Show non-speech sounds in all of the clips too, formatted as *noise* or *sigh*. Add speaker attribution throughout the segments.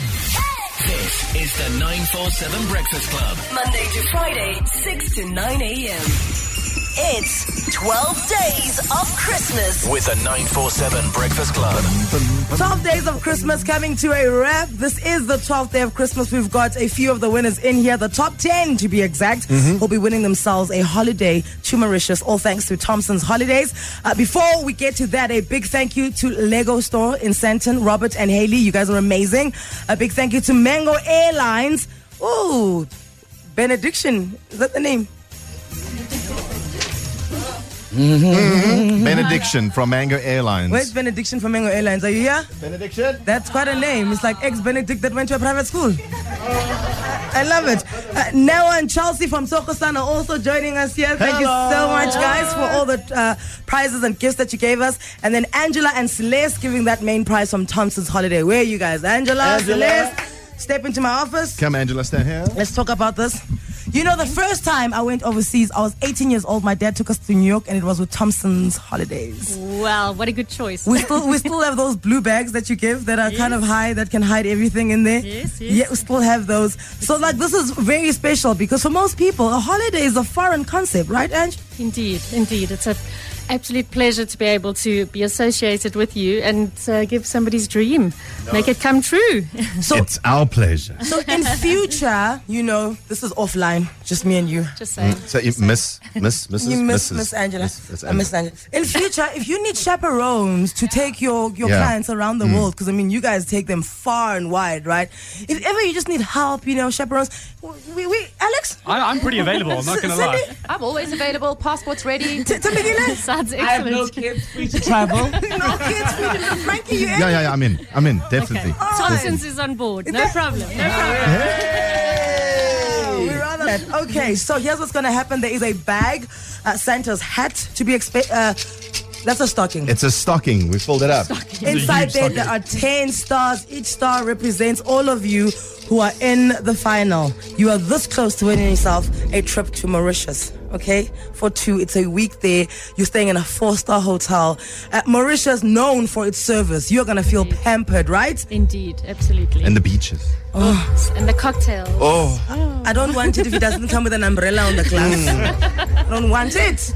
Speaker 1: This is the 947 Breakfast Club.
Speaker 2: Monday to Friday, 6 to 9 a.m. It's 12 days of Christmas.
Speaker 1: With the 947 Breakfast Club.
Speaker 3: 12 days of Christmas coming to a wrap. This is the 12th day of Christmas. We've got a few of the winners in here. The top 10, to be exact, will be winning themselves a holiday to Mauritius, all thanks to Thompson's Holidays. Uh, before we get to that, a big thank you to Lego Store in Santon, Robert and Haley. You guys are amazing. A big thank you to Mango Airlines. Ooh, Benediction. Is that the name?
Speaker 4: Mm-hmm. Benediction from Mango Airlines.
Speaker 3: Where's Benediction from Mango Airlines? Are you here?
Speaker 4: Benediction?
Speaker 3: That's quite a name. It's like ex Benedict that went to a private school. I love it. Uh, Noah and Chelsea from Sokosan are also joining us here. Thank you so much, guys, for all the uh, prizes and gifts that you gave us. And then Angela and Celeste giving that main prize from Thompson's Holiday. Where are you guys? Angela, Celeste, step into my office.
Speaker 4: Come, Angela, stand here.
Speaker 3: Let's talk about this. You know, the first time I went overseas, I was 18 years old. My dad took us to New York, and it was with Thompson's Holidays.
Speaker 5: Well, what a good choice.
Speaker 3: We still we still have those blue bags that you give that are kind of high that can hide everything in there.
Speaker 5: Yes, yes.
Speaker 3: Yeah, we still have those. So like this is very special because for most people a holiday is a foreign concept, right, Ange?
Speaker 5: Indeed, indeed. It's an absolute pleasure to be able to be associated with you and uh, give somebody's dream, make it
Speaker 6: *laughs*
Speaker 5: come true.
Speaker 3: So
Speaker 7: It's our pleasure.
Speaker 3: so
Speaker 5: *laughs*
Speaker 3: in future, you know, this is offline, just me and you.
Speaker 5: Just saying.
Speaker 4: So you miss, miss, Mrs.
Speaker 3: You miss
Speaker 4: Mrs.
Speaker 3: Miss Angela.
Speaker 4: Miss- Miss
Speaker 3: Uh, Miss Angela. In future, if you need chaperones to take your, your
Speaker 4: Yeah.
Speaker 3: clients around the world, because I mean, you guys take them far and wide, right? If ever you just need help, you know, chaperones, we, we Alex,
Speaker 8: I, I'm pretty available.
Speaker 3: *laughs*
Speaker 8: I'm not going to lie.
Speaker 6: *laughs* I'm always available. Passport's ready.
Speaker 3: T- Tembekile?
Speaker 5: *laughs* Sounds excellent.
Speaker 3: no kids, we can- Frankie, you
Speaker 4: Yeah, yeah, yeah, I'm in. I'm in, definitely.
Speaker 5: Thompson's is on board.
Speaker 6: *laughs*
Speaker 5: No problem. No problem.
Speaker 3: Oh, we're on that. Okay, so here's what's gonna happen. There is a bag, uh, Santa's hat to be expect. Uh, that's a stocking.
Speaker 4: It's a stocking. We filled it up.
Speaker 3: Inside
Speaker 8: huge
Speaker 3: there,
Speaker 8: stocking.
Speaker 3: there are ten stars. Each star represents all of you who are in the final. You are this close to winning yourself a trip to Mauritius. Okay, for two, it's a week there. You're staying in a four-star hotel. Uh, Mauritius, known for its service, you're gonna feel pampered, right?
Speaker 5: Indeed, absolutely.
Speaker 4: And the beaches.
Speaker 5: And the cocktail.
Speaker 4: Oh,
Speaker 3: I don't want it if it doesn't come with an umbrella on the glass. I don't want it.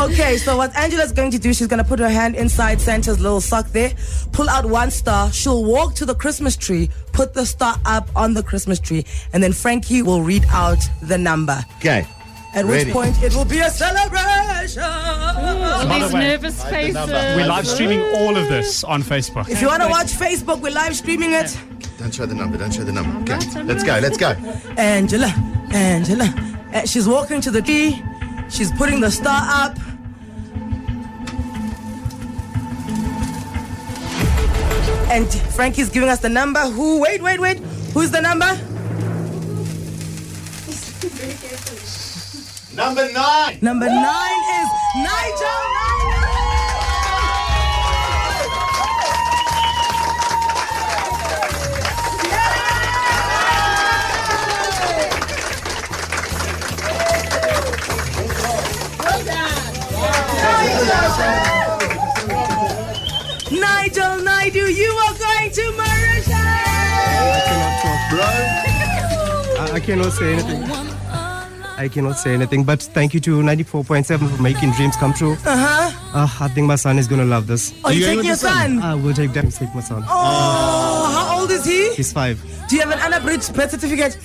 Speaker 3: Okay, so what Angela's going to do, she's going to put her hand inside Santa's little sock there, pull out one star. She'll walk to the Christmas tree, put the star up on the Christmas tree, and then Frankie will read out the number.
Speaker 4: okay.
Speaker 3: At
Speaker 4: Ready.
Speaker 3: which point, it will be a celebration.
Speaker 5: All
Speaker 8: By the
Speaker 5: these
Speaker 8: way,
Speaker 5: nervous faces.
Speaker 4: number.
Speaker 8: We're live streaming all of this on
Speaker 3: *laughs*
Speaker 8: Facebook.
Speaker 3: If you want to watch Facebook, we're live streaming it.
Speaker 4: Don't show the number. Don't show the number. Okay.
Speaker 5: right, all
Speaker 4: Let's go. Let's go.
Speaker 3: Angela, Angela. Uh, she's walking to the tree. She's putting the star up. And Frankie's giving us the number. Who? Wait, wait, wait. Who's the number?
Speaker 4: Number nine.
Speaker 3: Number nine is Nigel. Nigel, Nigel Naidu, you are going to Mauritius!
Speaker 9: I I cannot say anything. I cannot say anything, but thank you to 94.7 for making dreams come true. Uh-huh. I think my son is gonna love this.
Speaker 3: Are you taking your son?
Speaker 9: I will take them, take my son.
Speaker 3: Oh, how old is he?
Speaker 9: He's five.
Speaker 3: Do you have an unabridged birth certificate?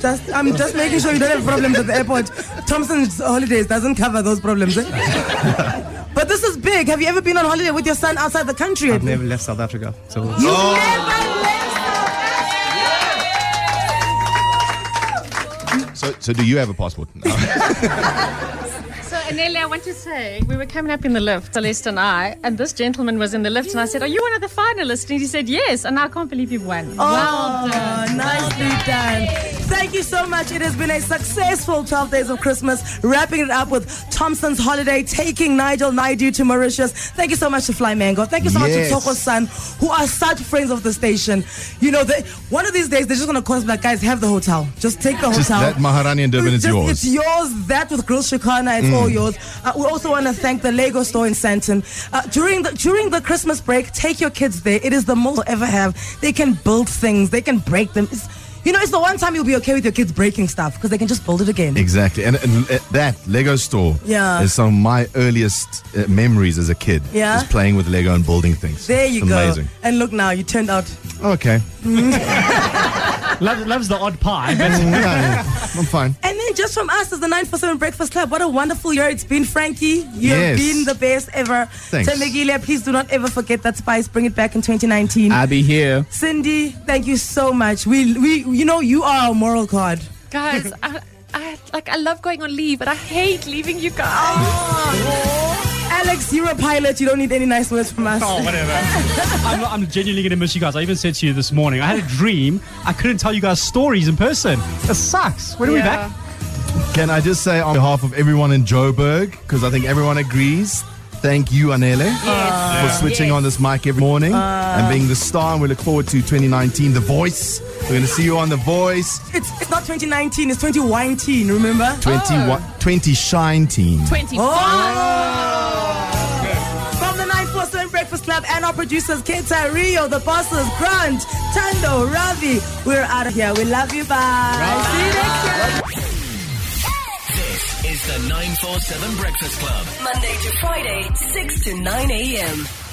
Speaker 3: just, I'm just making sure you don't have problems at the airport. Thompson's holidays doesn't cover those problems. eh? but this is big. Have you ever been on holiday with your son outside the country?
Speaker 9: I've never left South Africa, so
Speaker 3: You never left.
Speaker 4: So, so do you have
Speaker 3: *laughs*
Speaker 4: a passport? No.
Speaker 5: So, Anelli, I want to say we were coming up in the lift, Celeste and I, and this gentleman was in the lift, and I said, Are you one of the
Speaker 6: Oh,
Speaker 5: finalists? And he said, Yes. And I can't believe you've won.
Speaker 3: Oh, nicely done. Thank you so much. It has been a successful 12 days of Christmas. Wrapping it up with Thompson's holiday, taking Nigel Naidu to Mauritius. Thank you so much to Fly Mango. Thank you so
Speaker 4: Yes.
Speaker 3: much to Toko San, who are such friends of the station. You know, they, one of these days they're just gonna call us back, guys, have the hotel. Just take the
Speaker 4: *laughs* Just
Speaker 3: hotel.
Speaker 4: that Maharani and Durban is
Speaker 3: Just-
Speaker 4: yours. Mm.
Speaker 3: It's yours. That with Grill Shikana, it's all yours. Uh, we also want to thank the Lego store in Santon. Uh, during the during the Christmas break, take your kids there. It is the most you'll ever have. They can build things. They can break them. It's, you know, it's the one time you'll be okay with your kids breaking stuff because they can just build it again.
Speaker 4: Exactly, and, and uh, that Lego store
Speaker 3: Yeah.
Speaker 4: is some of my earliest uh, memories as a kid.
Speaker 3: Yeah.
Speaker 4: just playing with Lego and building things.
Speaker 3: There you
Speaker 4: It's
Speaker 3: go.
Speaker 4: Amazing.
Speaker 3: And look now, you turned out.
Speaker 4: Okay,
Speaker 8: Loves, loves the odd pie.
Speaker 4: *laughs*
Speaker 8: but-
Speaker 4: *laughs* Yeah, I'm fine.
Speaker 3: And then just from us as the 947 Breakfast Club, what a wonderful year it's been, Frankie. You have
Speaker 4: Yes.
Speaker 3: been the best ever.
Speaker 4: Thanks.
Speaker 3: Temegile, please do not ever forget that spice. Bring it back in 2019.
Speaker 7: I'll be here.
Speaker 3: Cindy, thank you so much. We, we, you know, you are our moral card.
Speaker 6: Guys, I, I, like, I love going on leave, but I hate leaving you guys.
Speaker 3: Alex, you're a pilot. You don't need any nice words from us.
Speaker 8: Oh, whatever. I'm, I'm genuinely going to miss you guys. I even said to you this morning, I had a dream. I couldn't tell you guys stories in person. That sucks. When are we back?
Speaker 4: Can I just say on behalf of everyone in Joburg, because I think everyone agrees, thank you, Anele, for switching on this mic every morning and being the star. And we look forward to 2019, The Voice. We're going to see you on The Voice
Speaker 3: It's, it's not 2019, it's 2019, remember?
Speaker 4: 20, what, 20 Shine Team.
Speaker 6: 20.
Speaker 3: From the 947 Breakfast Club and our producers, Keta, Rio, the bosses, Grant, Tando, Ravi. We're out of here. We love you. Bye. See you next year.
Speaker 1: This is the 947 Breakfast Club.
Speaker 2: Monday to Friday, 6 to 9 a.m.